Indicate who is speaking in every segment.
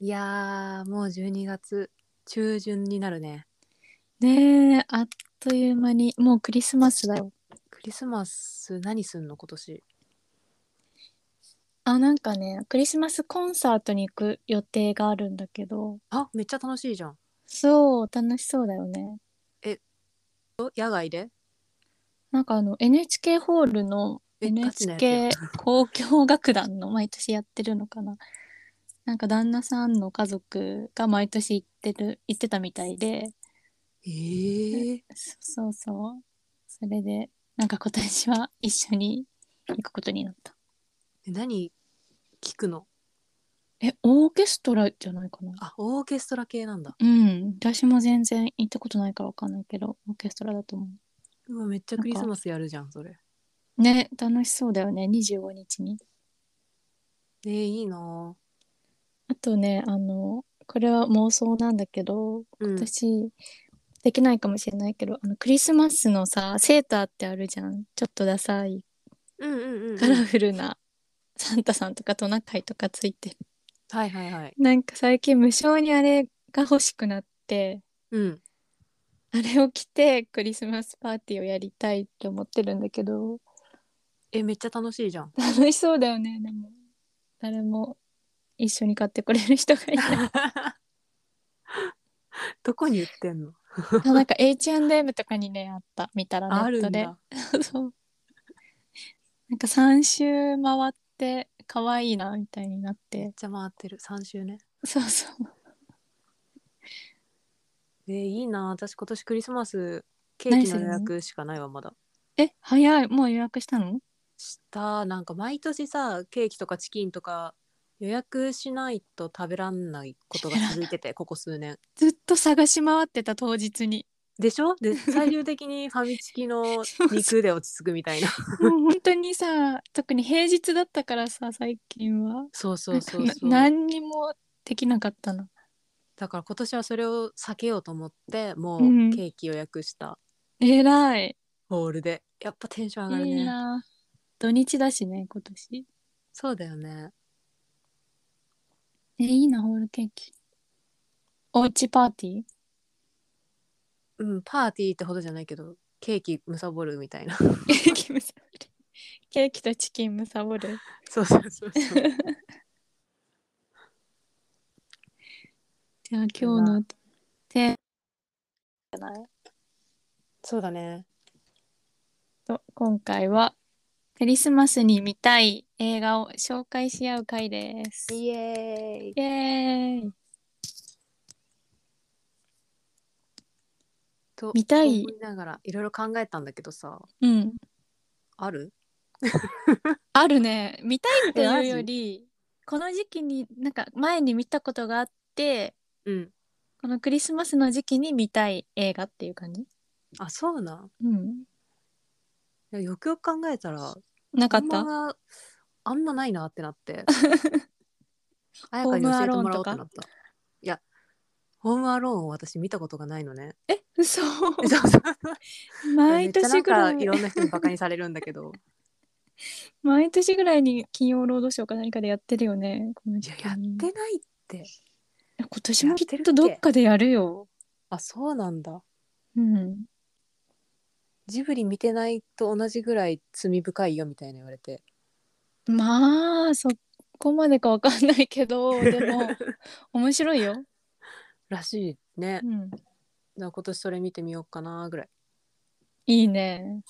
Speaker 1: いやー、もう12月中旬になるね。
Speaker 2: ねえあっという間にもうクリスマスだよ
Speaker 1: クリスマス何すんの今年。
Speaker 2: あなんかねクリスマスコンサートに行く予定があるんだけど
Speaker 1: あ、めっちゃ楽しいじゃん。
Speaker 2: そう楽しそうだよね
Speaker 1: お野外で
Speaker 2: なんかあの NHK ホールの
Speaker 1: えガチなやつや
Speaker 2: NHK 交響楽団の毎年やってるのかななんか旦那さんの家族が毎年行ってる行ってたみたいで
Speaker 1: えー、
Speaker 2: そうそうそうそれでなんか今年は一緒に行くことになった
Speaker 1: で何聞くの
Speaker 2: えオーケストラじゃないかな
Speaker 1: あ、オーケストラ系なんだ。
Speaker 2: うん私も全然行ったことないからわかんないけどオーケストラだと思
Speaker 1: うわ、めっちゃクリスマスやるじゃん、それ。
Speaker 2: うね楽しそうだよね25日に
Speaker 1: えー、いいな
Speaker 2: あとねあのこれは妄想なんだけど
Speaker 1: ーうん。
Speaker 2: 私できないかもしれないけどあのクリスマスのさセーターってあるじゃんちょっとダサい
Speaker 1: うんうんうんうん。
Speaker 2: カラフルなサンタさんとかトナカイとかついてる
Speaker 1: はいはいはい。
Speaker 2: なんか最近無性にあれが欲しくなって
Speaker 1: うん。
Speaker 2: あれを着てクリスマスパーティーをやりたいって思ってるんだけど
Speaker 1: え、めっちゃ楽しいじ ゃん。
Speaker 2: 楽しそうだよねでも誰も一緒に買ってくれる人がいない
Speaker 1: どこに売ってんの
Speaker 2: あ なんか H&M とかにねあった見たら
Speaker 1: ああ
Speaker 2: ネッ
Speaker 1: る
Speaker 2: ト
Speaker 1: ん
Speaker 2: で
Speaker 1: だ。
Speaker 2: そうなんか3周回って可愛いなみたいになっ
Speaker 1: めってちゃ回ってる。3週ね。
Speaker 2: そうそう
Speaker 1: えー、いいな私今年クリスマスケー
Speaker 2: 何
Speaker 1: キ
Speaker 2: す
Speaker 1: の
Speaker 2: る
Speaker 1: 予
Speaker 2: の
Speaker 1: 約しかないわまだ
Speaker 2: え早いもう予約したの
Speaker 1: したなんか毎年さケーキとかチキンとか予約しないと食べらんないことが続いててここ数年
Speaker 2: ずっと探し回ってた当日 に
Speaker 1: でしょで最終的にファミチキ の肉で落ち着くみたいな
Speaker 2: もう本当にさ特に平日だったからさ最近は
Speaker 1: そうそうそう
Speaker 2: な
Speaker 1: そう
Speaker 2: 何にもできなかったな
Speaker 1: だから今年はそれを避けようと思ってもう
Speaker 2: うん
Speaker 1: ケーキ予約した
Speaker 2: えらい
Speaker 1: ホールでやっぱテンション上がるね
Speaker 2: いいな土日だしね今年
Speaker 1: そうだよね
Speaker 2: えいいなホールケーキおうちパーティー
Speaker 1: うんパーティーってほどじゃないけどケーキむさぼるみたいな
Speaker 2: ケーキむさぼるケーキとチキンむさぼる
Speaker 1: そうそうそうそう
Speaker 2: じゃあ今日のテー
Speaker 1: そうだね
Speaker 2: マと今回はクリスマスに見たい映画を紹介し合う回ですイ
Speaker 1: イエーイ
Speaker 2: エーイ
Speaker 1: と
Speaker 2: 見たい
Speaker 1: 思いながらいろいろ考えたんだけどさ
Speaker 2: うん
Speaker 1: ある
Speaker 2: あるね見たいって
Speaker 1: えマ
Speaker 2: いう
Speaker 1: ジ
Speaker 2: よりこの時期になんか前に見たことがあって
Speaker 1: うん
Speaker 2: このクリスマスの時期に見たい映画っていう感じ
Speaker 1: あそうなん
Speaker 2: うん
Speaker 1: いやよくよく考えたら
Speaker 2: なかっ
Speaker 1: あん
Speaker 2: た
Speaker 1: まあんまないなってなってあやかに教えてもらおうってなったいやホームアローンを私見たことがないのね
Speaker 2: 嘘
Speaker 1: そうそう めっ
Speaker 2: 毎
Speaker 1: ちゃな
Speaker 2: 年
Speaker 1: ん
Speaker 2: ぐら
Speaker 1: か
Speaker 2: い
Speaker 1: いろんな人にバカにされるんだけど
Speaker 2: 毎年ぐらいに金曜ロードショーか何かでやってるよねこの
Speaker 1: い
Speaker 2: 時
Speaker 1: や
Speaker 2: 期
Speaker 1: やっ
Speaker 2: に
Speaker 1: てないって
Speaker 2: 今年もきっとどっかでやるよ
Speaker 1: あそうなんだ
Speaker 2: うん
Speaker 1: ジブリ見てないと同じぐらい罪深いよみたいな言われて
Speaker 2: まあそこまでかわかんないけど でも面白いよ、
Speaker 1: らしいね
Speaker 2: うん、
Speaker 1: だから今年それ見てみようかなぐらい
Speaker 2: いいね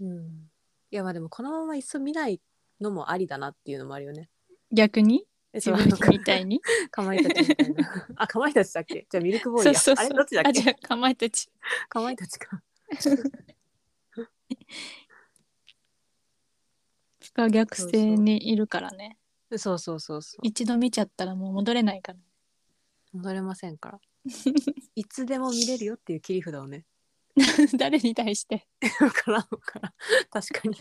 Speaker 1: うんいやまあでもこのままいっそ見ないのもありだなっていうのもあるよね。
Speaker 2: 逆に
Speaker 1: え
Speaker 2: 自
Speaker 1: そう
Speaker 2: 分みたいに
Speaker 1: かまいたちみたいな。 あかまいたちだっけじゃあミルクボーイや。
Speaker 2: そうそう
Speaker 1: あ
Speaker 2: そう
Speaker 1: れどっちだっ
Speaker 2: あじゃ
Speaker 1: け
Speaker 2: あかまいたち
Speaker 1: かまいたちか。
Speaker 2: が逆性にいるからね
Speaker 1: そうそうそうそ
Speaker 2: 一度見ちゃったらもう戻れないから
Speaker 1: う。戻れません から。いつでも見れるよっていう切り札をね。
Speaker 2: 誰に対して
Speaker 1: わからんわからん。確 かに。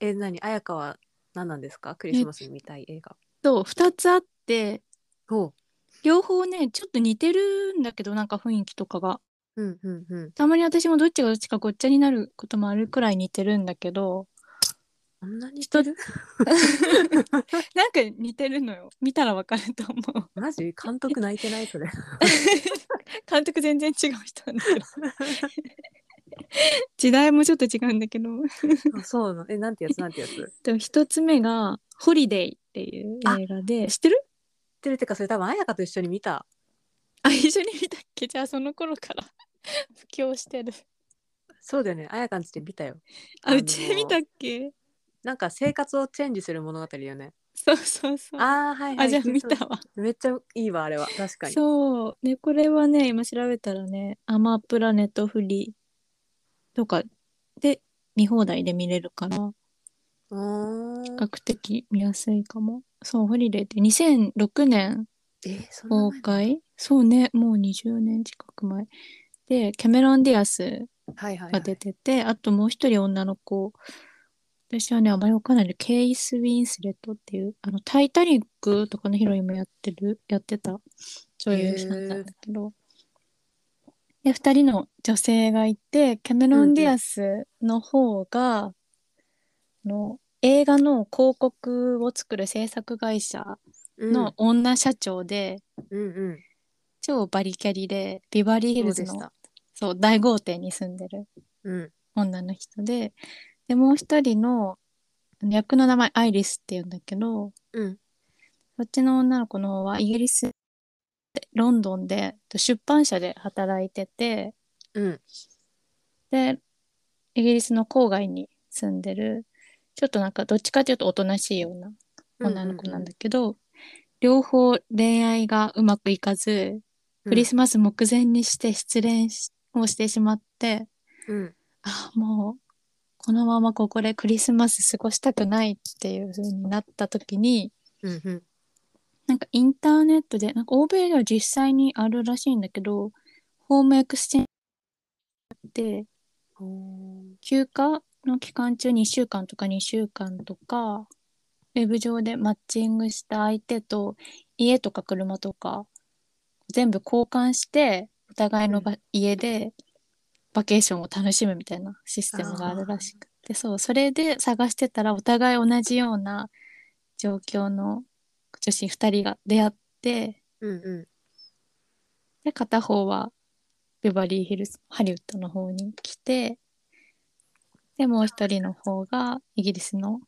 Speaker 1: え、なに、あやかは何なんですかクリスマスに見たい映画。
Speaker 2: と2つあって
Speaker 1: おう。
Speaker 2: 両方ねちょっと似てるんだけどなんか雰囲気とかが
Speaker 1: うんうんうん。
Speaker 2: たまに私もどっちがどっちかごっちゃになることもあるくらい似てるんだけど
Speaker 1: こんなに
Speaker 2: 人なんか似てるのよ見たらわかると思 う
Speaker 1: マジ監督泣いてないそれ
Speaker 2: 監督全然違う人なんだけど時代もちょっと違うんだけど
Speaker 1: あそうなのえなんてや つなんてやつ知っ
Speaker 2: でも一つ目が「ホリデイ」っていう映画で知ってる
Speaker 1: てるってかそれ多分彩香と一緒に見た
Speaker 2: あ一緒に見たっけじゃあその頃から布教してる
Speaker 1: そうだよね彩香んちで見たよ
Speaker 2: あうちで見たっけ
Speaker 1: なんか生活をチェンジする物語だよね
Speaker 2: そうそうそうあ,、
Speaker 1: ああはい、はい、
Speaker 2: じゃあ見たわ
Speaker 1: めっちゃいいわあれは確かに
Speaker 2: そうでこれはね今調べたらねアマプラネットフリーとかで見放題で見れるから比
Speaker 1: うーん
Speaker 2: 較的見やすいかもそうホリデーって2006年
Speaker 1: えそんな
Speaker 2: 公
Speaker 1: 前
Speaker 2: 開そうねもう20年近く前でキャメロン・ディアス
Speaker 1: はいはい、は
Speaker 2: が
Speaker 1: い、
Speaker 2: 出てて、あともう一人女の子私はねあまりわかんないけどケイス・ウィンスレットっていうあの「タイタニック」とかのヒロインもやってるやってた女優さんなんだけどで2人の女性がいてキャメロ
Speaker 1: うんうん
Speaker 2: ン・ディアスの方が、あの映画の広告を作る制作会社の女社長で、
Speaker 1: うんうんうん
Speaker 2: 超バリキャリでビバリーヒルズ
Speaker 1: そうでし
Speaker 2: の
Speaker 1: た
Speaker 2: そう大豪邸に住んでる
Speaker 1: うん
Speaker 2: 女の人ででもう一人の役の名前アイリスって言うんだけど
Speaker 1: うん
Speaker 2: そっちの女の子の方はイギリスロンドンで出版社で働いてて
Speaker 1: うん
Speaker 2: でイギリスの郊外に住んでるちょっとなんかどっちかというとおとなしいような女の子なんだけど、両方恋愛がうまくいかず、クリスマス目前にして失恋しをしてしまって
Speaker 1: うん
Speaker 2: あもうこのままここでクリスマス過ごしたくないっていう風になった時に
Speaker 1: うんうん
Speaker 2: なんかインターネットでなんか欧米では実際にあるらしいんだけどホームエクスチェンジで
Speaker 1: うん
Speaker 2: 休暇の期間中2週間とか2週間とかウェブ上でマッチングした相手と家とか車とか全部交換してお互いのば家でバケーションを楽しむみたいなシステムがあるらしくてそうそれで探してたらお互い同じような状況の女子2人が出会って
Speaker 1: うんうん
Speaker 2: で片方はビバリーヒルズハリウッドの方に来てでもう一人の方がイギリスの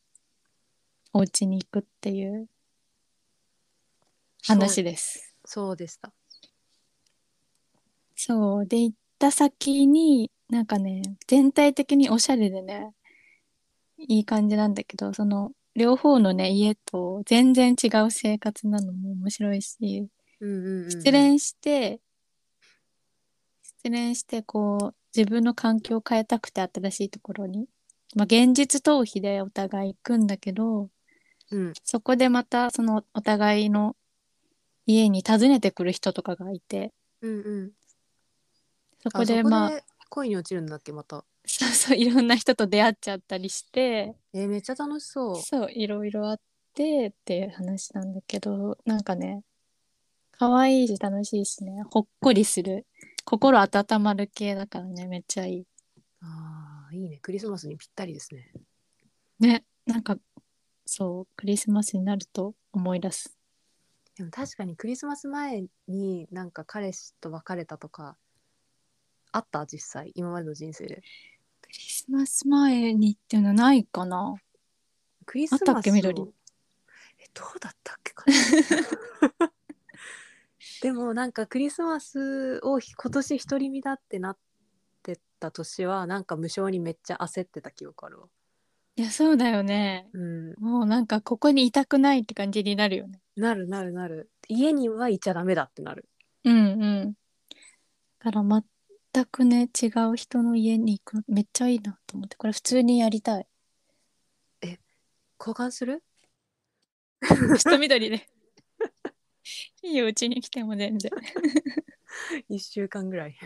Speaker 2: お家に行くっていう話です。
Speaker 1: そうでした
Speaker 2: そうで行った先になんかね全体的におしゃれでねいい感じなんだけどその両方のね家と全然違う生活なのも面白いし、
Speaker 1: うんうんうん
Speaker 2: 失恋して、失恋してこう自分の環境を変えたくて新しいところに、まあ、現実逃避でお互い行くんだけど
Speaker 1: うん
Speaker 2: そこでまたそのお互いの家に訪ねてくる人とかがいて
Speaker 1: うんうん
Speaker 2: そ
Speaker 1: あ
Speaker 2: こでまあ
Speaker 1: そこで恋に落ちるんだっけまた
Speaker 2: そうそういろんな人と出会っちゃったりして
Speaker 1: えーめっちゃ楽しそう
Speaker 2: そういろいろあってっていう話なんだけどなんかね可愛いし楽しいしねほっこりする心温まる系だからねめっちゃいい。
Speaker 1: ああいいねクリスマスにぴったりですね
Speaker 2: ね、なんか、そう、クリスマスになると思い出す。
Speaker 1: でも確かにクリスマス前になんか彼氏と別れたとかあった実際今までの人生で
Speaker 2: クリスマス前にっていうのはないかな
Speaker 1: クリスマス
Speaker 2: あったっけ緑
Speaker 1: をえどうだったっけか でもなんかクリスマスを今年独り身だってなってた年はなんか無性にめっちゃ焦ってた記憶あるわ
Speaker 2: いや、そうだよね。
Speaker 1: うん
Speaker 2: もうなんか、ここにいたくないって感じになるよね。
Speaker 1: なるなるなる家にはいちゃダメだってなる
Speaker 2: うんうん。だから、全くね、違う人の家に行くの、めっちゃいいなと思って、これ普通にやり たい。
Speaker 1: 交換する
Speaker 2: ちょっと緑で。いいよ、うちに来ても全然。
Speaker 1: 1週間ぐらい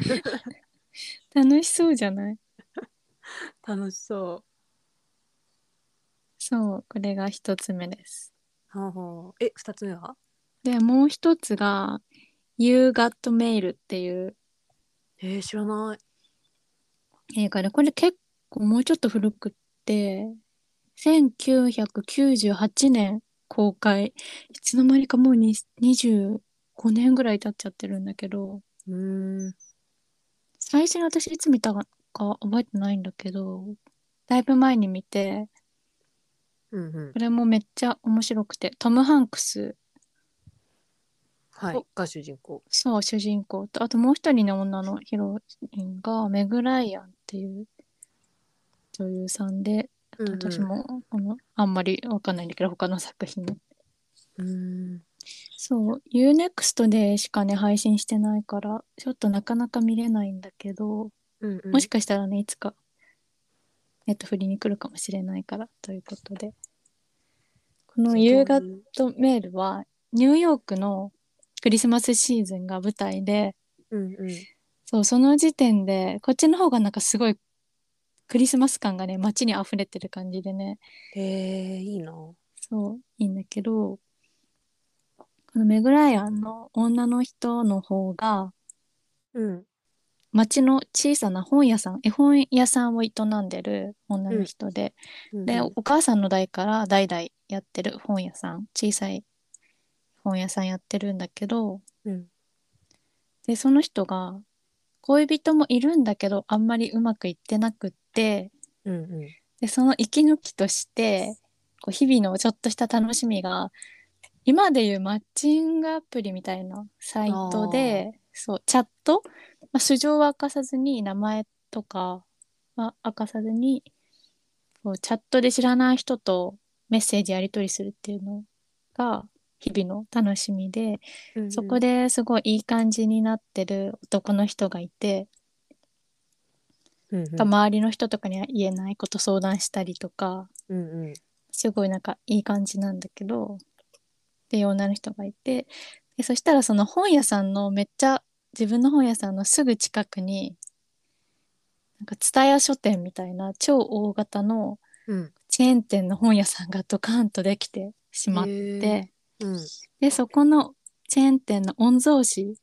Speaker 2: 楽しそうじゃない
Speaker 1: 楽しそう
Speaker 2: そう、これが一つ目です。
Speaker 1: ほうほうえ二つ目は
Speaker 2: で、もう一つが、You Got Mail っていう
Speaker 1: えー、知らない
Speaker 2: 映画でこれ結構もうちょっと古くって1998年公開いつの間にかもうに25年ぐらい経っちゃってるんだけど
Speaker 1: うーん。
Speaker 2: 最初に私いつ見たか覚えてないんだけどだいぶ前に見て
Speaker 1: うんうん
Speaker 2: こ。れもめっちゃ面白くてトム・ハンクス
Speaker 1: はい。が主人公。
Speaker 2: そう主人公とあともう一人の女のヒロインがメグ・ライアンっていう女優さんで
Speaker 1: うんうん
Speaker 2: 私。もこのあんまりわかんないんだけど他の作品の
Speaker 1: うーん。
Speaker 2: そう UNEXT でしかね配信してないからちょっとなかなか見れないんだけど、
Speaker 1: うんうん。
Speaker 2: もしかしたらねいつかネットフリに来るかもしれないからということでこの夕方
Speaker 1: う
Speaker 2: メールはニューヨークのクリスマスシーズンが舞台で
Speaker 1: んうん。
Speaker 2: そうその時点でこっちの方がなんかすごいクリスマス感がね街に溢れてる感じでね
Speaker 1: へえ、いいな。
Speaker 2: そう、いいんだけど、このメグライアンの女の人の方が、
Speaker 1: うん。
Speaker 2: 町の小さな本屋さん、絵本屋さんを営んでる女の人で、
Speaker 1: うん
Speaker 2: で、
Speaker 1: う
Speaker 2: お母さんの代から代々やってる本屋さん、小さい本屋さんやってるんだけど、
Speaker 1: んうん。
Speaker 2: で、その人が、恋人もいるんだけど、あんまりうまくいってなくって、
Speaker 1: うんうん。
Speaker 2: でその息抜きとしてこう日々のちょっとした楽しみが今でいうマッチングアプリみたいなサイトでそうチャット、まあ、素性は明かさずに名前とかは明かさずにこうチャットで知らない人とメッセージやり取りするっていうのが日々の楽しみで、
Speaker 1: うんうん
Speaker 2: そこ。ですごいいい感じになってる男の人がい
Speaker 1: うんう
Speaker 2: て、
Speaker 1: ん
Speaker 2: 周りの人とかには言えないこと相談したりとか、
Speaker 1: うんうん。
Speaker 2: すごいなんかいい感じなんだけどっていう女の人がいてでそしたらその本屋さんのめっちゃ自分の本屋さんのすぐ近くになんか蔦屋書店みたいな超大型の
Speaker 1: うん。
Speaker 2: チェーン店の本屋さんがドカンとできてしまっ
Speaker 1: へ
Speaker 2: て
Speaker 1: ー。うん。
Speaker 2: でそこのチェーン店の御曹司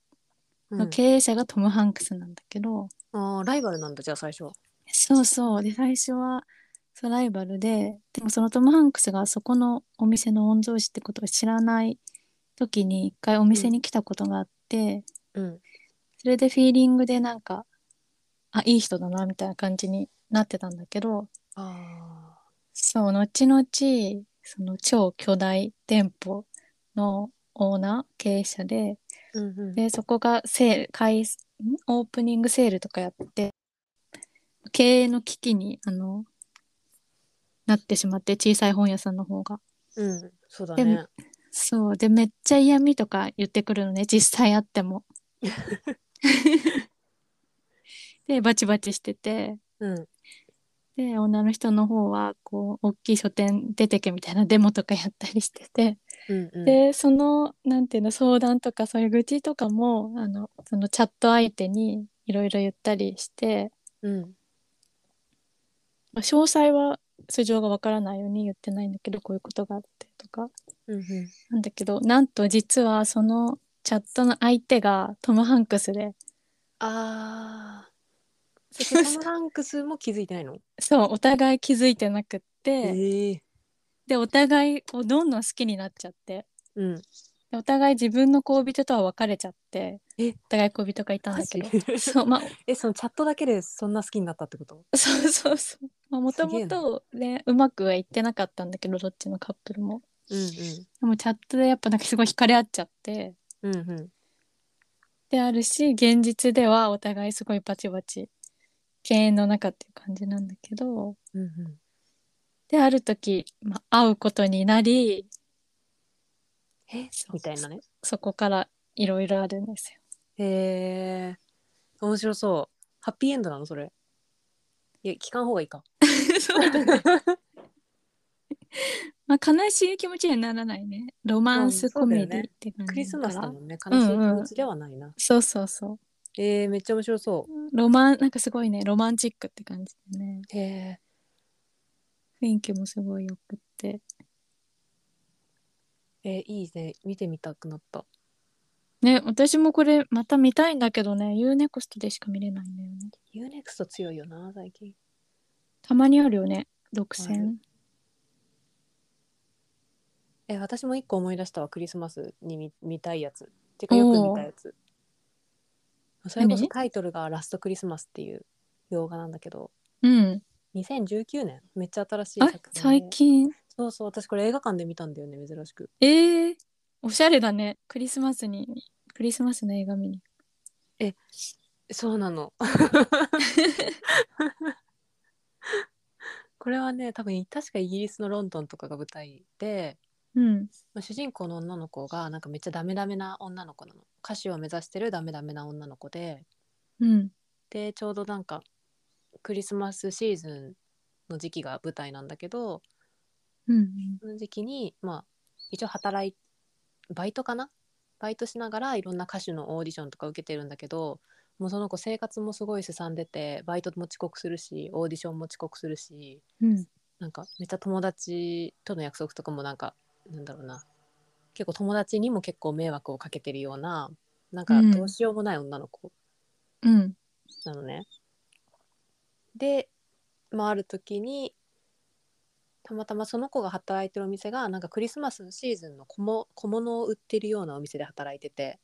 Speaker 1: う
Speaker 2: の
Speaker 1: ん、
Speaker 2: 経営者がトム・ハンクスなんだけど、
Speaker 1: ああ、ライバルなんだ、じゃあ最初は。
Speaker 2: そうそう。で、最初は、そう、ライバルで、でもそのトム・ハンクスがそこのお店の御曹司ってことを知らない時に一回お店に来たことがあって、
Speaker 1: うん。
Speaker 2: それでフィーリングでなんか、あ、いい人だな、みたいな感じになってたんだけど、
Speaker 1: あ
Speaker 2: そう、後々、その超巨大店舗のオーナー、経営者で、
Speaker 1: あ。うんうん。
Speaker 2: で、そこがセール、開、んオープニングセールとかやって、経営の危機に、あの、なってしまって、小さい本屋さんの方が。
Speaker 1: うん。そうだ
Speaker 2: で
Speaker 1: ね。
Speaker 2: そう。で、めっちゃ嫌味とか言ってくるのね、実際会って も。で、バチバチしてて、
Speaker 1: うん。
Speaker 2: で、女の人の方は、こう、大きい書店出てけみたいなデモとかやったりしてて、
Speaker 1: うんうん。
Speaker 2: で、その、なんていうの、相談とか、そういう愚痴とかも、あの、そのチャット相手にいろいろ言ったりして、
Speaker 1: うん。
Speaker 2: まあ詳細は素性がわからないように言ってないんだけどこういうことがあってとか
Speaker 1: うんうん。
Speaker 2: なんだけどなんと実はそのチャットの相手がトム・ハンクスで
Speaker 1: ああ。そこトム・ハンクスも気づいてないの
Speaker 2: そうお互い気づいてなくって、
Speaker 1: ええ。
Speaker 2: でお互いをどんどん好きになっちゃって
Speaker 1: うん。
Speaker 2: でお互い自分の恋人とは別れちゃって
Speaker 1: え
Speaker 2: お互い恋人がいたんだけど
Speaker 1: マ ジ
Speaker 2: そうまあ
Speaker 1: え、そのチャットだけでそんな好きになったってこと
Speaker 2: そうそうそう。まあ、もと
Speaker 1: すげえ
Speaker 2: も
Speaker 1: な
Speaker 2: とね、うまくはいってなかったんだけど、どっちのカップルも。
Speaker 1: うん
Speaker 2: でもチャットでやっぱなんかすごい惹かれ合っちゃって。
Speaker 1: うん。うんうん。
Speaker 2: であるし、現実ではお互いすごいバチバチ、敬遠の中っていう感じなんだけど、
Speaker 1: うんうん。
Speaker 2: で、ある時、まあ、会うことになり、
Speaker 1: え
Speaker 2: そう
Speaker 1: みたいなね。
Speaker 2: そこからいろいろあるんですよ。
Speaker 1: へえ。面白そう。ハッピーエンドなのそれ。いや、聞かん方がいい か。
Speaker 2: そうだね。 まあ、悲しい気持ちにはならないね。ロマン
Speaker 1: う
Speaker 2: ス
Speaker 1: んそ
Speaker 2: コ
Speaker 1: うだよ
Speaker 2: メ
Speaker 1: ね
Speaker 2: ディって感じだから、
Speaker 1: クリスマスだもんね。悲しい気持ちではないな。
Speaker 2: そうそうそう。
Speaker 1: えー、めっちゃ面白そ
Speaker 2: ロマン、なんかすごいね、ロマンチックって感じでね。
Speaker 1: う。へえ。
Speaker 2: 雰囲気もすごいよくって。
Speaker 1: えー、いいね。見てみたくなった。
Speaker 2: ね、私もこれまた見たいんだけどね、UNEXT でしか見れないんだよね。
Speaker 1: ユーネクスト強いよな、最近。
Speaker 2: たまにあるよね、独占。
Speaker 1: え私も一個思い出したわクリスマスに見見たいやつてかよく見たやつそれこそ
Speaker 2: 何
Speaker 1: タイトルが「ラストクリスマス」っていう洋画なんだけど
Speaker 2: うん。
Speaker 1: 2019年めっちゃ新しい
Speaker 2: あ
Speaker 1: 作品で、
Speaker 2: 最近。
Speaker 1: そうそう私これ映画館で見たんだよね珍しく
Speaker 2: ええおしゃれだね。クリスマスに、クリスマスの映画見に。
Speaker 1: そうなの これはね多分確かイギリスのロンドンとかが舞台で
Speaker 2: うん。
Speaker 1: まあ主人公の女の子がなんかめっちゃダメダメな女の子なの歌手を目指してるダメダメな女の子で
Speaker 2: うん。
Speaker 1: でちょうどなんかクリスマスシーズンの時期が舞台なんだけど
Speaker 2: うん。
Speaker 1: その時期にまあ一応働いバイトかなバイトしながらいろんな歌手のオーディションとか受けてるんだけどもうその子生活もすごいすさんでてバイトも遅刻するしオーディションも遅刻するし
Speaker 2: うん。
Speaker 1: なんかめっちゃ友達との約束とかもなんかなんだろうな結構友達にも結構迷惑をかけてるようななんか
Speaker 2: うん
Speaker 1: どうしようもない女の子
Speaker 2: うん。
Speaker 1: なのね。で、まあ、ある時にたまたまその子が働いてるお店がなんかクリスマスのシーズンの小物小物を売ってるようなお店で働いてて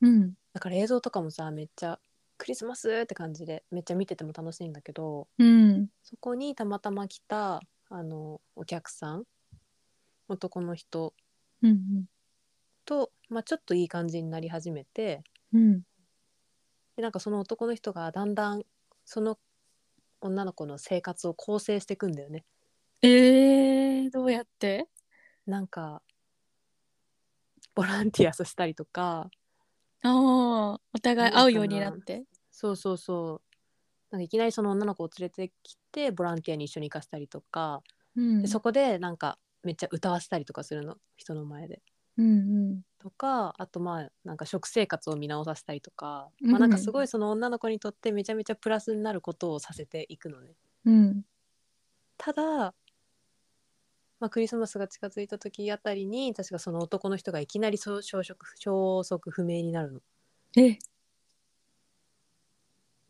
Speaker 2: うん。
Speaker 1: だから映像とかもさめっちゃクリスマスって感じでめっちゃ見てても楽しいんだけど。
Speaker 2: うん。
Speaker 1: そこにたまたま来たあのお客さん男の人
Speaker 2: うん。
Speaker 1: と、まあ、ちょっといい感じになり始めて
Speaker 2: うん。
Speaker 1: でなんかその男の人がだんだんその女の子の生活を構成していくんだよね。
Speaker 2: ええどうやって
Speaker 1: なんかボランティアさせたりとか
Speaker 2: ああ、お互い会うようになって。
Speaker 1: そうそうそうなんかいきなりその女の子を連れてきてボランティアに一緒に行かせたりとか
Speaker 2: うん
Speaker 1: でそこでなんかめっちゃ歌わせたりとかするの人の前で。
Speaker 2: うん
Speaker 1: とかあとまあなんか食生活を見直させたりとか、
Speaker 2: うん
Speaker 1: まあ、なんかすごいその女の子にとってめちゃめちゃプラスになることをさせていくのね。
Speaker 2: うん。うん。
Speaker 1: ただ、まあ、クリスマスが近づいた時あたりに確かその男の人がいきなりそう消息消息不明になるの。
Speaker 2: え、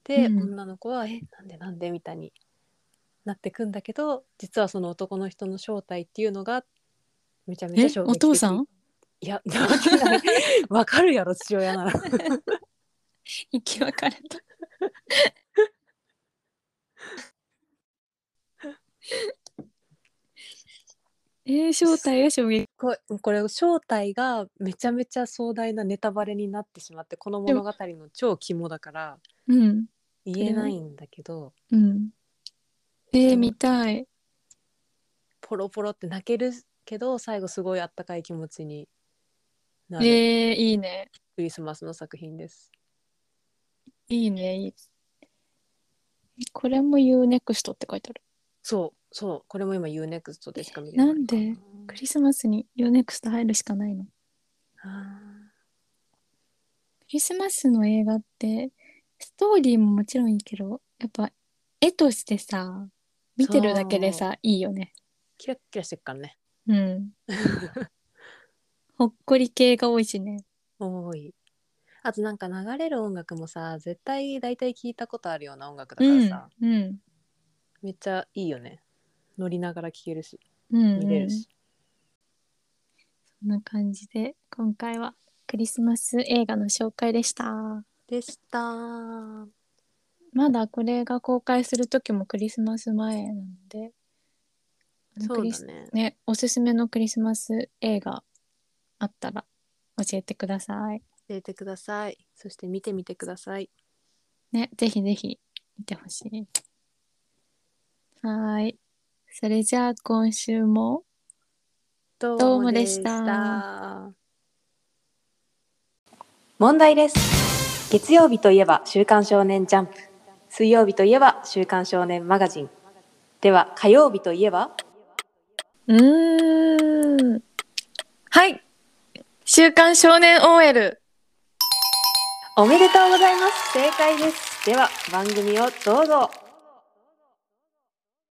Speaker 1: で、
Speaker 2: うん
Speaker 1: 女の子は「えなんでなんで?」みたいになってくんだけど実はその男の人の正体っていうのがめちゃめちゃ
Speaker 2: え、
Speaker 1: 衝撃的
Speaker 2: お父さん
Speaker 1: いや わかんないわかるやろ父親なら。
Speaker 2: 生き別れた。えー、正体が衝撃。
Speaker 1: ここれ正体がめちゃめちゃ壮大なネタバレになってしまってこの物語の超肝だから
Speaker 2: うん。
Speaker 1: 言えないんだけど
Speaker 2: うん。えー、見たい。
Speaker 1: ポロポロって泣けるけど最後すごいあったかい気持ちにな
Speaker 2: え
Speaker 1: る、
Speaker 2: ー、いいね。
Speaker 1: クリスマスの作品です。
Speaker 2: いいね、いい。これも UNEXT って書いてある。
Speaker 1: そうそうこれも今 UNEXT でしか見れ
Speaker 2: なんでクリスマスに UNEXT 入るしかないの。ク
Speaker 1: あ
Speaker 2: リスマスの映画って、ストーリーももちろんいいけど、やっぱ絵としてさ、見てるだけでさ、いいよね。
Speaker 1: ーキラッキラしてっからね
Speaker 2: うん。ほっこり系が多いしね。
Speaker 1: 多いあとなんか流れる音楽もさ絶対大体聞いたことあるような音楽だからさ、
Speaker 2: うん。うん。
Speaker 1: めっちゃいいよね乗りながら聴けるし
Speaker 2: うん、
Speaker 1: 見れるし。
Speaker 2: そんな感じで、今回はクリスマス映画の紹介でした。
Speaker 1: でした。
Speaker 2: まだこれが公開する時もクリスマス前なので、
Speaker 1: そ
Speaker 2: ク
Speaker 1: う
Speaker 2: リ
Speaker 1: だ
Speaker 2: ス
Speaker 1: ね。
Speaker 2: ね、おすすめのクリスマス映画あったら教えてください。
Speaker 1: 教えてください。そして見てみてください。
Speaker 2: ね、ぜひぜひ見てほしい。はーい。それじゃあ今週も
Speaker 1: ど
Speaker 2: うもでした
Speaker 1: 問題です。月曜日といえば週刊少年ジャンプ。水曜日といえば週刊少年マガジン。では火曜日といえば
Speaker 2: うーん。はい。週刊少年 OL。
Speaker 1: おめでとうございます。正解です。では番組をどうぞ。